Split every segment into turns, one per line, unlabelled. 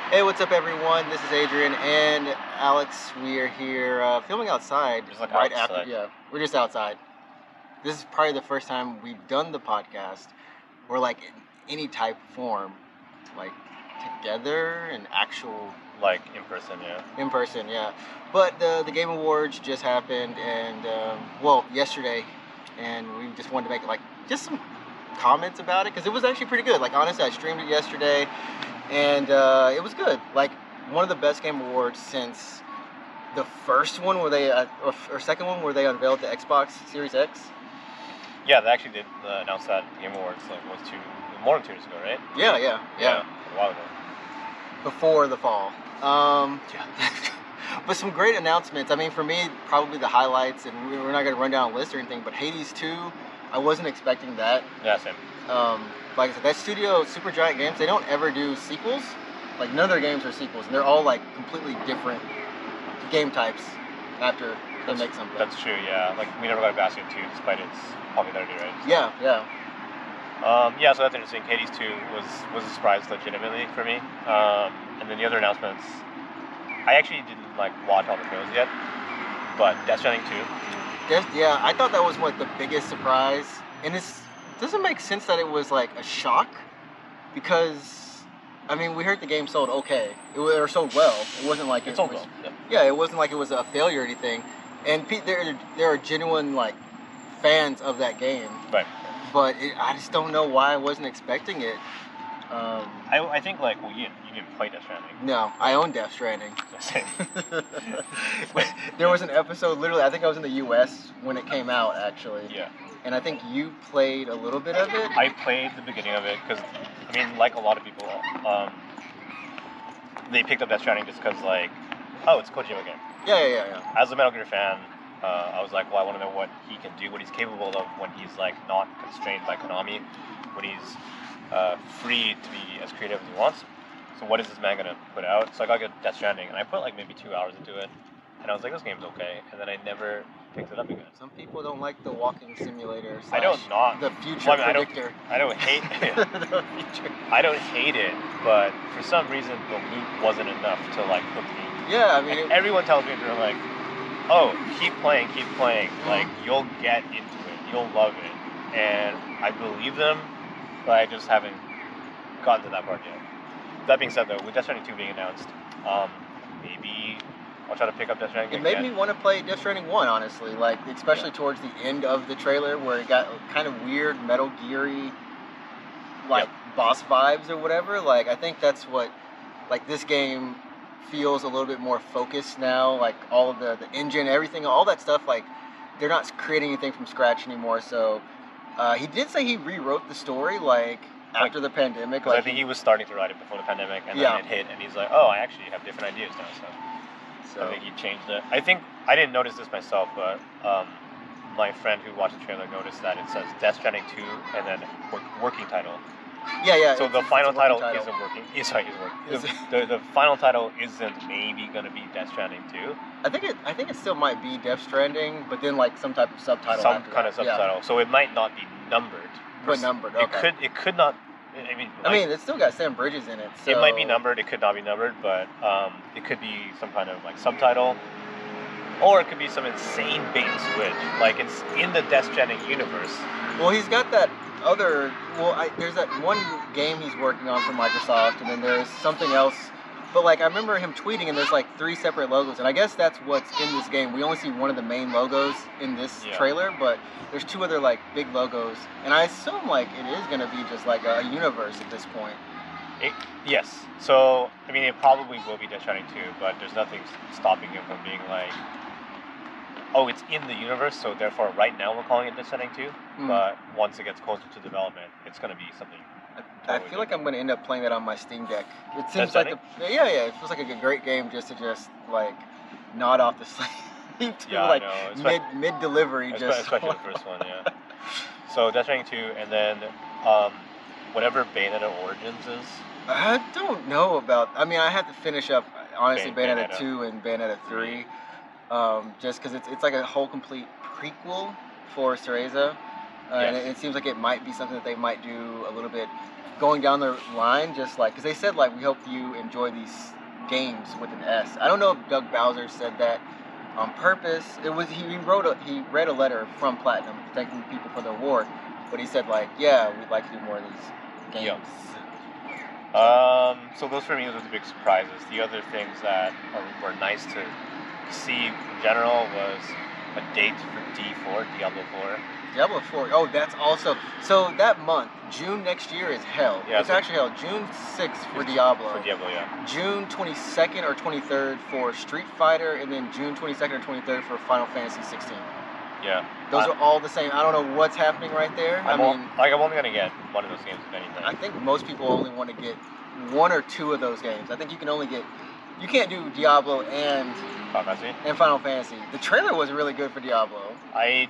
Hey, what's up, everyone? This is Adrian and Alex. We are here uh, filming outside.
Just, like,
after,
outside.
yeah, we're just outside. This is probably the first time we've done the podcast. We're like in any type form, like together and actual
Like in person, yeah.
in person. Yeah, but the the Game Awards just happened, and um, well, yesterday, and we just wanted to make like just some comments about it because it was actually pretty good. Like honestly, I streamed it yesterday, and uh, it was good. Like one of the best Game Awards since the first one where they uh, or, or second one where they unveiled the Xbox Series X.
Yeah, they actually did uh, announce that at the Game Awards like was two more than two years ago, right?
Yeah, yeah, yeah.
A while ago.
Before the fall. Um, But some great announcements. I mean, for me, probably the highlights, and we- we're not going to run down a list or anything, but Hades 2, I wasn't expecting that.
Yeah, same.
Um, like I said, that studio, Supergiant Games, they don't ever do sequels. Like, none of their games are sequels, and they're all, like, completely different game types after they
That's-
make something.
That's true, yeah. Like we never got a basket two despite its popularity, right?
yeah, yeah.
Um, yeah, so that's interesting. Hades two was was a surprise legitimately for me. Um, and then the other announcements I actually didn't like watch all the shows yet. But Death Stranding two.
There's, yeah, I thought that was, what, the biggest surprise. And it's doesn't make sense that it was, like, a shock, because, I mean, we heard the game sold okay, it, wa- or sold well. It wasn't like
It's
it
all
was
well.
yeah,
Yeah.
it wasn't like it was a failure or anything. And pe- there, there are genuine like fans of that game,
Right.
but it, I just don't know why I wasn't expecting it. Um,
I, I think like well you didn't, you didn't play Death Stranding.
no, I own Death Stranding.
So same.
there was an episode, literally, I think I was in the U.S. when it came out, actually,
Yeah.
and I think you played a little bit of it.
I played the beginning of it because, I mean, like a lot of people, um, they picked up Death Stranding just because, like, oh, it's a Kojima game.
Yeah, yeah, yeah, yeah.
As a Metal Gear fan, uh, I was like, well, I want to know what he can do, what he's capable of when he's like not constrained by Konami, when he's uh, free to be as creative as he wants. So what is this man gonna put out? So I got good Death Stranding, and I put like maybe two hours into it, and I was like, this game's okay, and then I never picked it up again.
Some people don't like the walking simulator.
I
Slash
don't not.
The future
Well, I mean, I don't-
predictor.
I don't hate.
The future-
I don't hate it, but for some reason the loot wasn't enough to like hook me.
Yeah, I mean,
And
it,
everyone tells me they're like, "Oh, keep playing, keep playing.
Mm-hmm.
Like you'll get into it, you'll love it." And I believe them, but I just haven't gotten to that part yet. That being said, though, with Death Stranding two being announced, um, maybe I'll try to pick up Death Stranding
It made
again.
me want to play Death Stranding One, honestly. Like especially towards the end of the trailer, where it got kind of weird, Metal Geary, like boss vibes or whatever. Like I think that's what, like this game feels a little bit more focused now. Like all of the the engine, everything, all that stuff. Like they're not creating anything from scratch anymore. So uh, he did say he rewrote the story, like
Like-
after the pandemic.
'Cause
Like
I think he was starting to write it before the pandemic, and
Yeah.
then it hit, and he's like, "Oh, I actually have different ideas now." So. I
so.
think he changed it. I think I didn't notice this myself, but um, my friend who watched the trailer noticed that it says Death Stranding 2 and then work, working title.
Yeah, yeah.
so
it's-
the
it's a
final
working
title, isn't working. Yeah, sorry, is
Is
working. The, the, the final title isn't maybe gonna be Death Stranding 2.
I think it. I think it still might be Death Stranding, but then like some type of subtitle.
some
after
kind
that.
of
Yeah,
subtitle. So it might not be numbered.
but numbered.
It
Okay.
could. It could not. I mean.
I
like,
mean, it's still got Sam Bridges in it. So
It might be numbered, it could not be numbered, but um, it could be some kind of like subtitle. Or it could be some insane bait and switch. Like it's in the Death Stranding universe.
Well, he's got that other. Well, I, there's that one game he's working on for Microsoft, and then there's something else. But like I remember him tweeting, and there's like three separate logos, and I guess that's what's in this game. We only see one of the main logos in this
Yeah.
trailer, but there's two other like big logos, and I assume like it is gonna be just like a universe at this point.
Yes. So, I mean, it probably will be Death Stranding 2, but there's nothing s- stopping it from being like, oh, it's in the universe, so therefore right now we're calling it Death Stranding 2.
Hmm.
But once it gets closer to development, it's going to be something.
I feel like I'm gonna end up playing that on my Steam Deck. It seems
That's
like the, yeah, yeah. It feels like a great game just to just like nod off the sleep to
Yeah,
like
I know. It's
mid mid delivery.
Espe-
Just
Especially the first one, yeah. So Death Stranding 2, and then um, whatever Bayonetta Origins is.
I don't know about. I mean, I have to finish up honestly
Bay-
Bayonetta,
Bayonetta.
two and Bayonetta three, um, just because it's it's like a whole complete prequel for Cereza. Uh, And
Yes.
it, it seems like it might be something that they might do a little bit going down the line, just like because they said like we hope you enjoy these games with an S. I don't know if Doug Bowser said that on purpose. It was he he wrote a he read a letter from Platinum thanking people for the award, but he said like yeah we'd like to do more of these games.
Yeah. Um, so those for me was the big surprises. The other things that are, were nice to see in general was a date for D4, Diablo 4.
Diablo 4. Oh, that's also so that month, June next year is hell.
Yeah,
it's
so-
actually hell. June 6th for
It's
Diablo.
For Diablo, yeah.
June 22nd or 23rd for Street Fighter, and then June 22nd or 23rd for Final Fantasy 16.
Yeah.
Those
I-
are all the same. I don't know what's happening right there. I
I'm
mean,
all, like, I'm only going to get one of those games, if anything.
I think most people only want to get one or two of those games. I think you can only get. You can't do Diablo and
Final Fantasy.
and Final Fantasy. The trailer was really good for Diablo.
I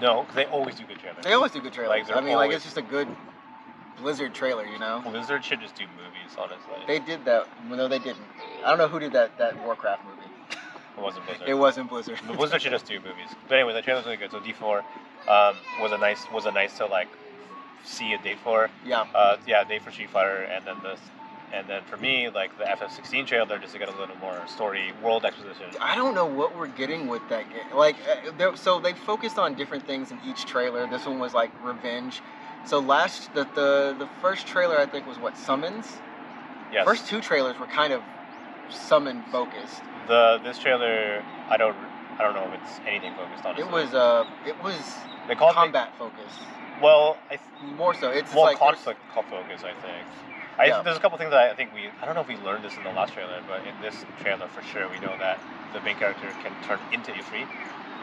no, 'cause they always do good trailers.
They always do good trailers.
Like, they're
I mean, like it's
always-
just a good Blizzard trailer, you know.
Blizzard should just do movies, honestly.
They did that. No, they didn't. I don't know who did that. That Warcraft movie.
it wasn't Blizzard.
It wasn't Blizzard.
But Blizzard should just do movies. But anyway, the trailer's really good. So D4 um, was a nice was a nice to like see a date for.
yeah.
Uh, yeah, date for Street Fighter, and then this, and then for me, like the FF16 trailer, just to get a little more story, world exposition.
I don't know what we're getting with that game. Like, uh, there- so they focused on different things in each trailer. This one was like revenge. So last the the, the first trailer I think was what summons.
Yes.
First two trailers were kind of summon focused.
the this trailer, I don't I don't know if it's anything focused on.
It was uh it was
they called
combat focused
well, I th-
more so. It's
well
like
conflict co- focus, I think. I,
Yeah.
There's a couple things that I think we I don't know if we learned this in the last trailer, but in this trailer for sure we know that the main character can turn into Ifrit.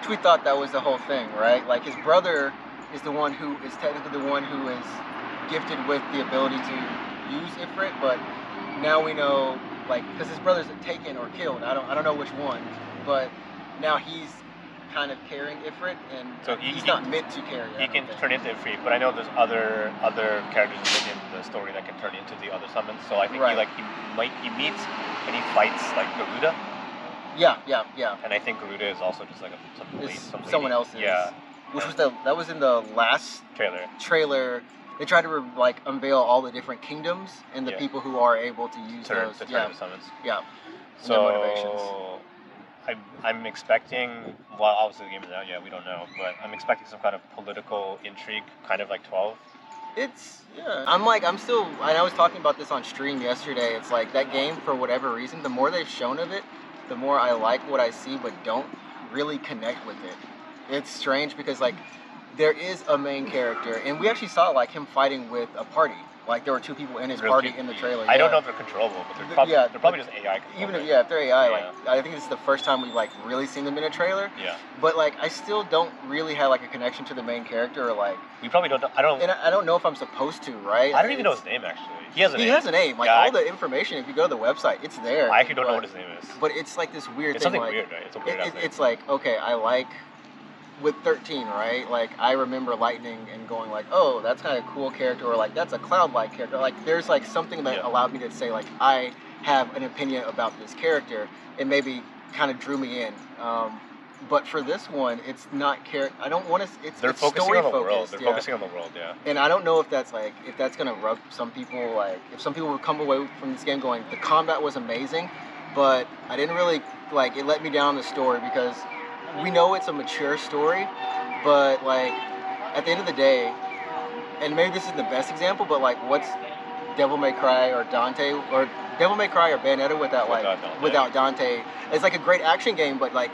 we thought that was the whole thing, right? Like his brother is the one who is technically the one who is gifted with the ability to use Ifrit, but now we know like because his brother's taken or killed. I don't I don't know which one, but now he's kind of carrying Ifrit, and
So he-
he's
he-
not meant to carry. it, I
He
don't
can
think.
turn into Ifrit, but I know there's other other characters within the story that can turn into the other summons. So I think
Right.
he like he might he meets and he fights like Garuda,
Yeah, yeah, yeah.
and I think Garuda is also just like a, some, lady,
It's
some
someone
lady.
else's.
yeah
Which was the that was in the last
trailer.
trailer. They tried to re- like unveil all the different kingdoms and the
Yeah.
people who are able to use
turn
those.
to turn
yeah,
into summons.
yeah. their
So
motivations.
I'm, I'm expecting, well, obviously the game is out yet, we don't know, but I'm expecting some kind of political intrigue, kind of like 12.
It's yeah. I'm like I'm still. And I was talking about this on stream yesterday. It's like that game for whatever reason. The more they've shown of it, the more I like what I see, but don't really connect with it. It's strange because like there is a main character, and we actually saw like him fighting with a party. Like there were two people in his
Really
party
cute.
in the trailer.
I don't
yeah.
know if they're controllable, but
Th-
they're, prob-
yeah,
they're probably just AI controllable.
Even if yeah, if they're AI,
Yeah.
like I think this is the first time we've like really seen them in a trailer.
Yeah.
But like I still don't really have like a connection to the main character or like
We probably don't, I don't,
and I, I don't know if I'm supposed to, right?
I don't even know his
It's-
name actually. He has a
He
name.
has a name. Like
Yeah,
all
I-
the information, if you go to the website, it's there.
I actually don't know
but,
what his name is.
But it's like this weird
It's
thing.
something
like,
weird, right? It's a
it-
weird ass
it-
name.
it's like okay, I like with 13, right? Like I remember Lightning and going like, oh, that's kind of a cool character, or like that's a cloud-like character. Like there's like something that
Yeah.
allowed me to say like I have an opinion about this character, and maybe kind of drew me in. Um, but for this one, it's not character. I don't want to. It's
They're
it's
focusing
story
on the world.
focused,
They're
yeah.
focusing on the world, yeah.
And I don't know if that's like if that's gonna rub some people like if some people would come away from this game going the combat was amazing, but I didn't really like it let me down the story because we know it's a mature story, but like at the end of the day, and maybe this isn't the best example, but like what's Devil May Cry or Dante or Devil May Cry or Bayonetta without like
Without Dante.
without Dante, it's like a great action game, but like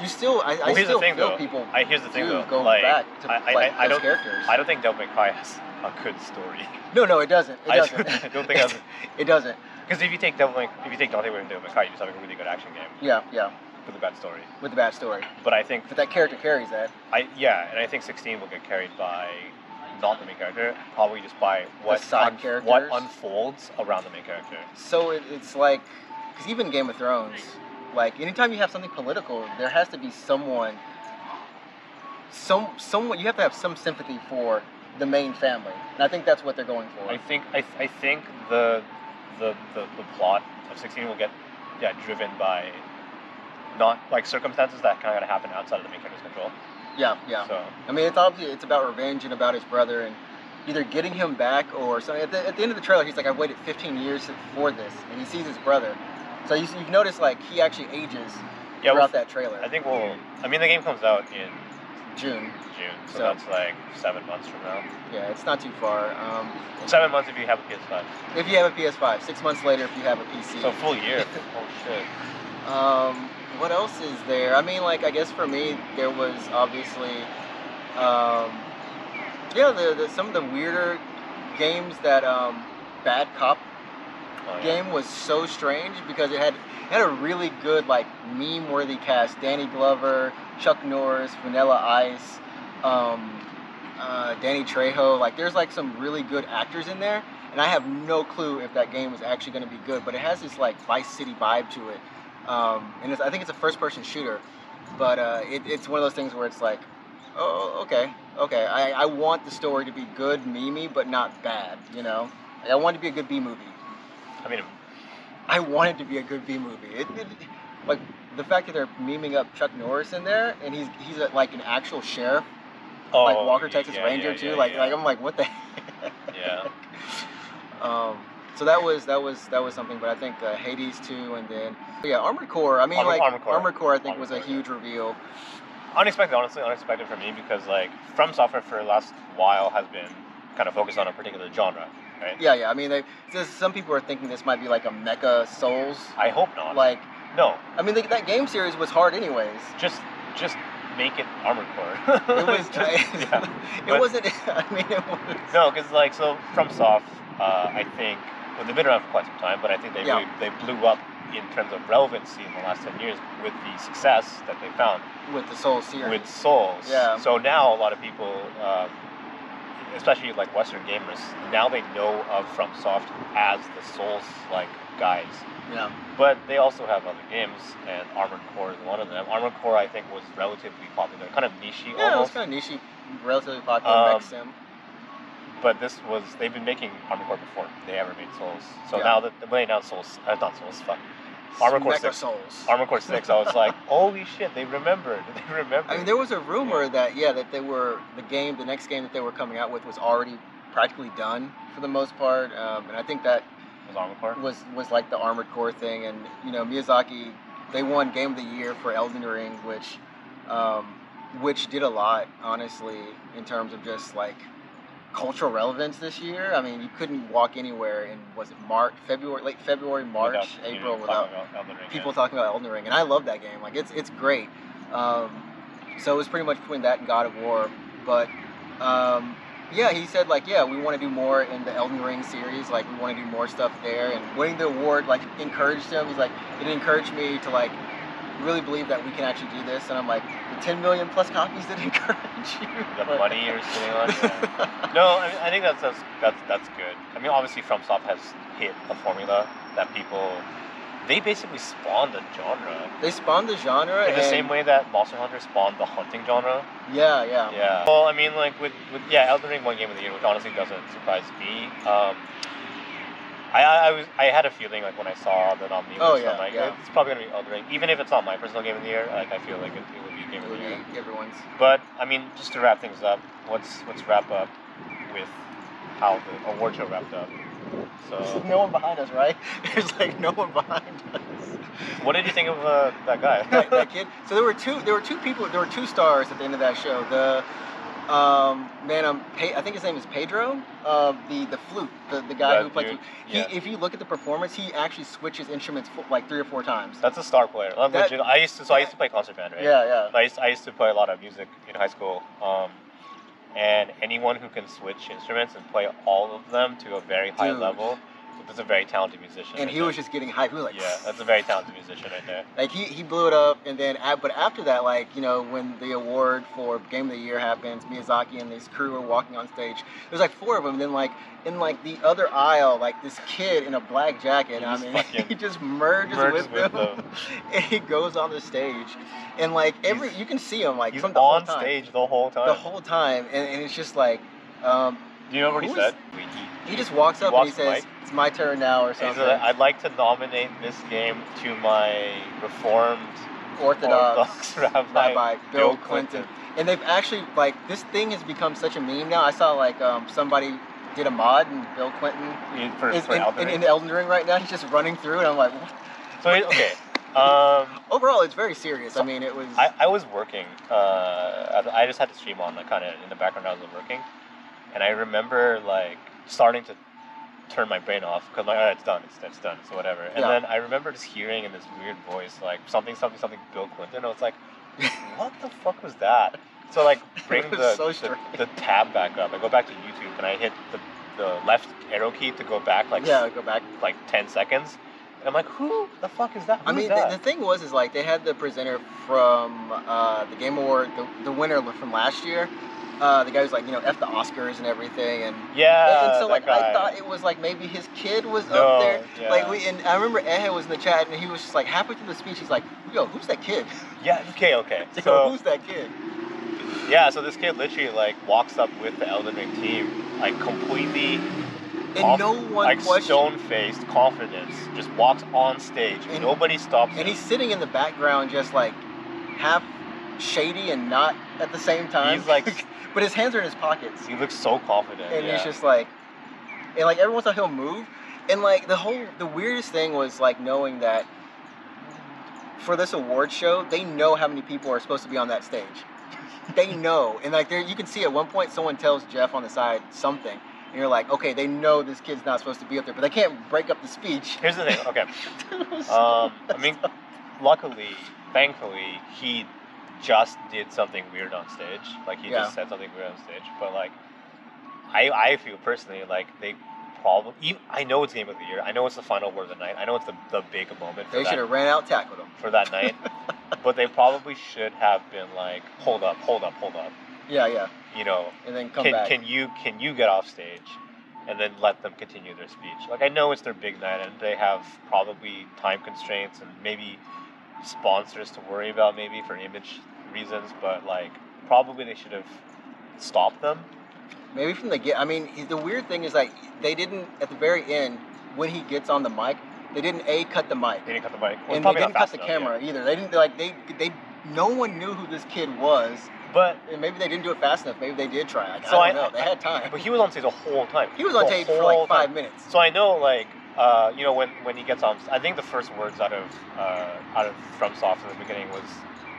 you still I, I
Well, here's the
still
thing,
feel
though.
people
I, here's the thing
do
though,
going
like,
back to
I, I,
like,
I, I
those
don't,
characters.
I don't think Devil May Cry has a good story.
No, no, it doesn't. It
I
doesn't.
don't- I don't think I've-
it doesn't.
Because if you take Devil May, if you take Dante with Devil May Cry, you just have a really good action game
Yeah, yeah.
with a bad story.
With the bad story,
But I think
but that character carries that.
I yeah, and I think 16 will get carried by not the main character, probably just by what
side
what
characters.
unfolds around the main character.
So it, it's like, because even Game of Thrones, like anytime you have something political, there has to be someone, some someone you have to have some sympathy for the main family, and I think that's what they're going for.
I think I, I think the, the the the plot of 16 will get yeah driven by not like circumstances that kind of happen outside of the main character's control.
yeah, yeah.
So
I mean, it's obviously it's about revenge and about his brother, and either getting him back or something. At the, at the end of the trailer, he's like, I've waited 15 years for this, and he sees his brother. So you, you've noticed like he actually ages
Yeah,
throughout
well,
that trailer.
I think we'll. I mean, the game comes out in
June.
June, so,
So-
that's like seven months from now.
Yeah, it's not too far. Um,
Seven months if you have a PS5.
if you have a PS5, six months later if you have a PC.
So a full year. oh shit.
Um, what else is there? I mean, like, I guess for me, there was obviously, um, yeah, the, the some of the weirder games that um, Bad Cop
Oh, yeah.
game was so strange because it had it had a really good like meme worthy cast: Danny Glover, Chuck Norris, Vanilla Ice, um, uh, Danny Trejo. Like, there's like some really good actors in there, and I have no clue if that game was actually going to be good. But it has this like Vice City vibe to it, um, and it's, I think it's a first person shooter. But uh, it, it's one of those things where it's like, oh, okay, okay. I, I want the story to be good, memey, but not bad. You know, like, I want it to be a good B movie.
I mean,
I want it to be a good B movie. It, it, like the fact that they're memeing up Chuck Norris in there, and he's he's a, like an actual sheriff,
oh,
like Walker Texas
yeah,
Ranger
yeah,
too.
yeah,
like
yeah.
like I'm like what the. heck?
Yeah.
um, so that was that was that was something, but I think uh, Hades too, and then yeah, Armored Core. I mean,
Armored-
like
Armored Core.
Core, I think was a
Armored Core, yeah.
huge reveal.
Unexpected, honestly, unexpected for me because like From Software for the last while has been kind of focused on a particular genre, right?
Yeah, yeah. I mean, they, so some people are thinking this might be like a Mecha Souls.
I hope not.
Like,
no,
I mean, like, that game series was hard, anyways.
just just make it Armored Core.
It was.
just, yeah.
it
but-
wasn't. I mean, it was.
No, because like so FromSoft, uh, I think well, they've been around for quite some time, but I think they
Yeah.
really, they blew up in terms of relevancy in the last ten years with the success that they found
with the Soul series.
with Souls.
Yeah.
So now a lot of people, um, especially like Western gamers, now they know of FromSoft as the Souls like guys.
yeah,
But they also have other games, and Armored Core is one of them. Armored Core, I think, was relatively popular, kind of niche
yeah, it was
almost.
kind of nichey, relatively popular
Um,
mech sim.
But this was they've been making Armored Core before they ever made Souls. So
Yeah.
now that when they announced Souls, uh, not Souls, fuck, Armored Core
Mecha
Six.
Souls.
Armored Core Six, I was like, holy shit, they remembered. They remembered.
I mean, there was a rumor that yeah, that they were the game, the next game that they were coming out with was already practically done for the most part, um, and I think that
was Armored Core.
was was like the Armored Core thing, and you know Miyazaki, they won Game of the Year for Elden Ring, which, um, which did a lot honestly in terms of just like cultural relevance this year. I mean, you couldn't walk anywhere in was it March, February, late February, March,
Without even
April
talking
without
about Elden Ring,
people talking about Elden Ring, and I love that game. Like it's it's great. Um, so it was pretty much between that and God of War. But um, yeah, he said like yeah, we want to do more in the Elden Ring series. Like we want to do more stuff there. And winning the award like encouraged him. He's like it encouraged me to like really believe that we can actually do this. And I'm like the 10 million plus copies that encourage you.
yeah. the money you're sitting on. yeah. No, I, mean, I think that's, that's that's that's good. I mean, obviously, FromSoft has hit a formula that people they basically spawned a genre
they spawned the genre.
in the
and-
same way that Monster Hunter spawned the hunting genre.
Yeah, yeah.
Yeah. Um, Well, I mean, like with, with yeah, Elden Ring one game of the year, which honestly doesn't surprise me. Um, I, I I was I had a feeling like when I saw the nominee
Oh,
list,
yeah,
I'm like,
yeah.
it's probably gonna be Elden Ring, even if it's not my personal game of the year. Like I feel like it, it would be a game
It
of
would
the year.
be everyone's.
But I mean, just to wrap things up, let's let's wrap up with how the award show wrapped up.
There's
So,
no one behind us, right? There's like no one behind us.
what did you think of uh, that guy?
that, that kid. So there were two. There were two people. There were two stars at the end of that show. The um, man, um, Pe- I think his name is Pedro. Uh, the the flute, the, the guy
That
who plays.
dude,
He,
yeah.
If you look at the performance, he actually switches instruments fo- like three or four times.
That's a star player. I'm
That-
legit- I used to so I used to play concert band, right?
Yeah, yeah.
I used, I used to play a lot of music in high school, um, and anyone who can switch instruments and play all of them to a very high
Dude.
level, that's a very talented musician.
And
right
he was just getting hyped. He was
there.
like,
yeah, that's a very talented musician right there.
like he, he blew it up and then a- but after that like you know when the award for game of the year happens miyazaki and his crew are walking on stage there's like four of them and then like in like the other aisle like this kid in a black jacket
He
i
just
mean
fucking
he just merges,
merges
with,
with
them and he goes on the stage and like every
He's-
you can see him like
He's
from the whole
on
time,
stage the whole time.
the whole time and, and it's just like um,
Do you know what he
Who is-
said? He- he-
he just walks up and
walks
he
the
says
mic.
it's my turn now or
He
something
said, I'd like to nominate this game to my reformed
Orthodox
Orthodox Rabbi,
uh, Rabbi Bill Clinton. and they've actually like this thing has become such a meme now. I saw like um, somebody did a mod and Bill Clinton
He- For,
is
for
in,
Alvin
in,
Ring.
in Elden Ring right now. He's just running through, and I'm like, what?
So it- okay. Um,
overall, it's very serious. I mean, it was
I, I was working. Uh, I I just had the stream on, like kind of in the background. I was working, and I remember like starting to turn my brain off because like, all right, it's done, it's, it's done, so whatever. And
Yeah.
then I remember just hearing in this weird voice like something, something, something, Bill Clinton. I was like, what the fuck was that? So like bring
It was
the,
so
the
strange.
the tab back up. I go back to YouTube and I hit the the left arrow key to go back like
yeah. Go back.
like ten seconds. And I'm like, who the fuck is that?
I
Who's
mean,
that?
the, the thing was, is like they had the presenter from uh, the Game Award, the, the winner from last year, uh, the guy who's like, you know, F the Oscars and everything. And,
yeah.
and, and so,
Uh, that
like, I
guy.
thought it was like maybe his kid was
no,
up there.
Yeah.
Like, we, and I remember Ehe was in the chat and he was just like, halfway through the speech, he's like, yo, who's that kid?
yeah. Okay. Okay.
Yo,
So
who's that kid?
yeah. So this kid literally like walks up with the Elden Ring team, like completely
And
off-
no one
like
questioned.
stone faced confidence, just walks on stage.
And-
Nobody stops.
And
him.
he's sitting in the background, just like half shady and not at the same time.
He's like-
but his hands are in his pockets.
he looks so confident.
and
yeah.
he's just like, and like every once in a while he'll move, and like the whole the weirdest thing was like knowing that for this award show they know how many people are supposed to be on that stage. They know, and like there you can see at one point someone tells Jeff on the side something, and you're like, okay, they know this kid's not supposed to be up there, but they can't break up the speech.
Here's the thing. Okay. Um, I mean, luckily, thankfully, he just did something weird on stage. Like he
Yeah.
just said something weird on stage. But like, I I feel personally like they probably. I know it's game of the year. I know it's the final word of the night. I know it's the, the big moment for
they should
that
have ran out tackled him.
for that night. but they probably should have been like, hold up, hold up, hold up.
Yeah, yeah,
You know,
and then come
can
back.
can you can you get off stage and then let them continue their speech like i know it's their big night and they have probably time constraints and maybe sponsors to worry about maybe for image reasons but like probably they should have stopped them
Maybe from the get. I mean, he- the weird thing is like they didn't at the very end when he gets on the mic, they didn't a cut the mic.
they didn't cut the mic
and
Well,
they
probably not
didn't cut
fast
the
enough, yeah.
camera either. They didn't like they they no one knew who this kid was,
but
and maybe they didn't do it fast enough. Maybe they did try. Like,
So
I
I-
don't know. They had time.
but he was on stage the whole time
He was on
The
tape for like
whole
five
time.
minutes.
so i know like uh, you know when, when he gets on i think the first words out of uh, out of from soft in the beginning was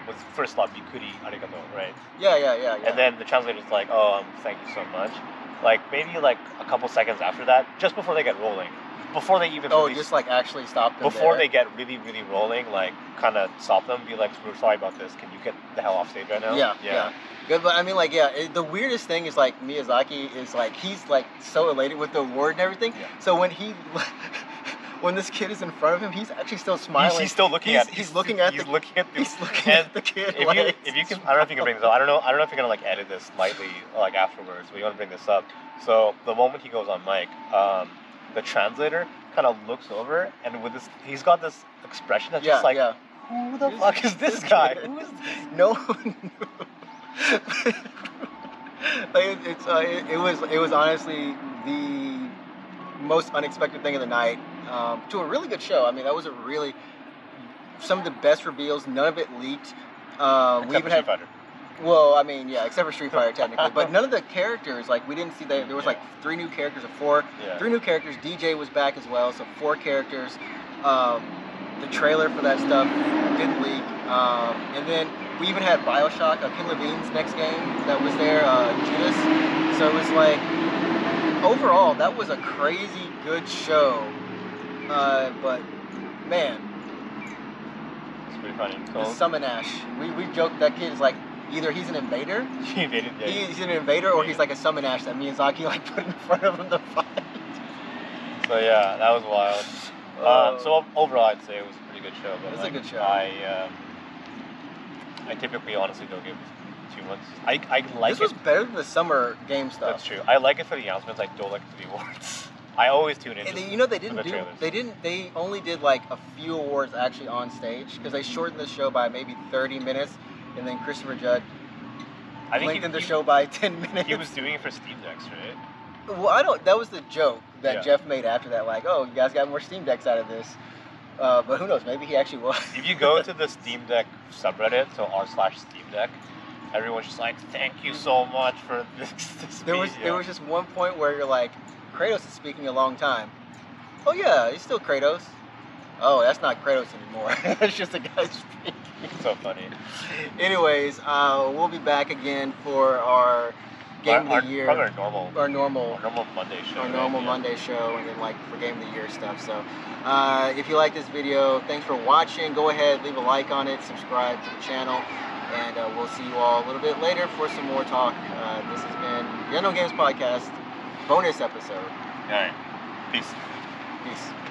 was first love bikuri arigato right
Yeah, yeah, yeah, yeah.
And then the translator's like, "Oh, um, thank you so much." Like maybe like a couple seconds after that, just before they get rolling, before they even
oh,
really-
just like actually stopped them
before
there.
they get really really rolling, like kind of stop them, be like, "We're sorry about this. Can you get the hell off stage right now?"
Yeah, yeah. Good, but I mean, like, yeah. It, the weirdest thing is like Miyazaki is like he's like so elated with the award and everything.
Yeah.
So when he, when this kid is in front of him, he's actually still
He's-
smiling.
He's, still looking
He's-
at.
he's looking at
He's
the-
looking at. The,
He's looking
and
at the kid.
if
like,
you if you can, I don't know if you can bring this up. I don't know. I don't know if you're gonna like edit this lightly like afterwards, but you want to bring this up. So the moment he goes on mic, um, the translator kind of looks over and with this, he's got this expression that's
yeah,
just like.
yeah.
Who the
Who's
fuck is
this
this guy?
kid?
Who is this?
No one knew. like it, it's uh, it, it was it was honestly the most unexpected thing of the night. Um, to a really good show. I mean, that was a really some of the best reveals. None of it leaked. Um, we
Except
even
for
had
Street Fighter.
well, I mean, yeah, except for Street Fighter technically, but none of the characters like we didn't see that there was like three new characters or four
Yeah.
three new characters. DJ was back as well, so four characters. Um, the trailer for that stuff didn't leak, um, and then we even had Bioshock, uh, Ken Levine's next game that was there, uh, Judas. So it was like overall that was a crazy good show, uh, but man,
It's pretty funny.
the
So
Summon Ash. We we joked that kid is like either he's an invader,
he made it. Yeah.
he's an invader, or he's like a Summon Ash that Miyazaki like put in front of him to fight.
So yeah, that was wild. Uh,
Uh,
so ov- overall, I'd say it was a pretty good show. But
It's a
like,
good show.
I um, I typically honestly don't give too much. I, I like
this
it.
was better than the summer game stuff.
That's true. I like it for the announcements. I don't like it for the awards. I always tune in.
And
just
they, you know they
for
didn't
the
do
trailers.
they didn't they only did like a few awards actually on stage because they shortened the show by maybe 30 minutes and then Christopher Judd
I think
lengthened
he,
the show by 10 minutes.
He, he was doing it for Steam Decks, right?
well, I don't that was the joke that
Yeah.
Jeff made after that like, "Oh, you guys got more Steam Decks out of this." Uh, but who knows? Maybe he actually was.
If you go to the Steam Deck subreddit, so r slash Steam Deck, everyone's just like, "Thank you so much for this." this
There was
video."
there was just one point where you're like, Kratos is speaking a long time. Oh yeah, he's still Kratos. Oh, that's not Kratos anymore. it's just a guy speaking.
so funny.
Anyways, uh, we'll be back again for our
Our-
game
our-
of the year,
Probably our normal,
our
our
normal,
normal Monday show.
our
right?
normal
Yeah.
Monday show, and then like for game of the year stuff. So, uh, if you like this video, thanks for watching. Go ahead, leave a like on it, subscribe to the channel, and uh, we'll see you all a little bit later for some more talk. Uh, this has been the Unknown Games Podcast bonus episode.
All right. Peace.
Peace.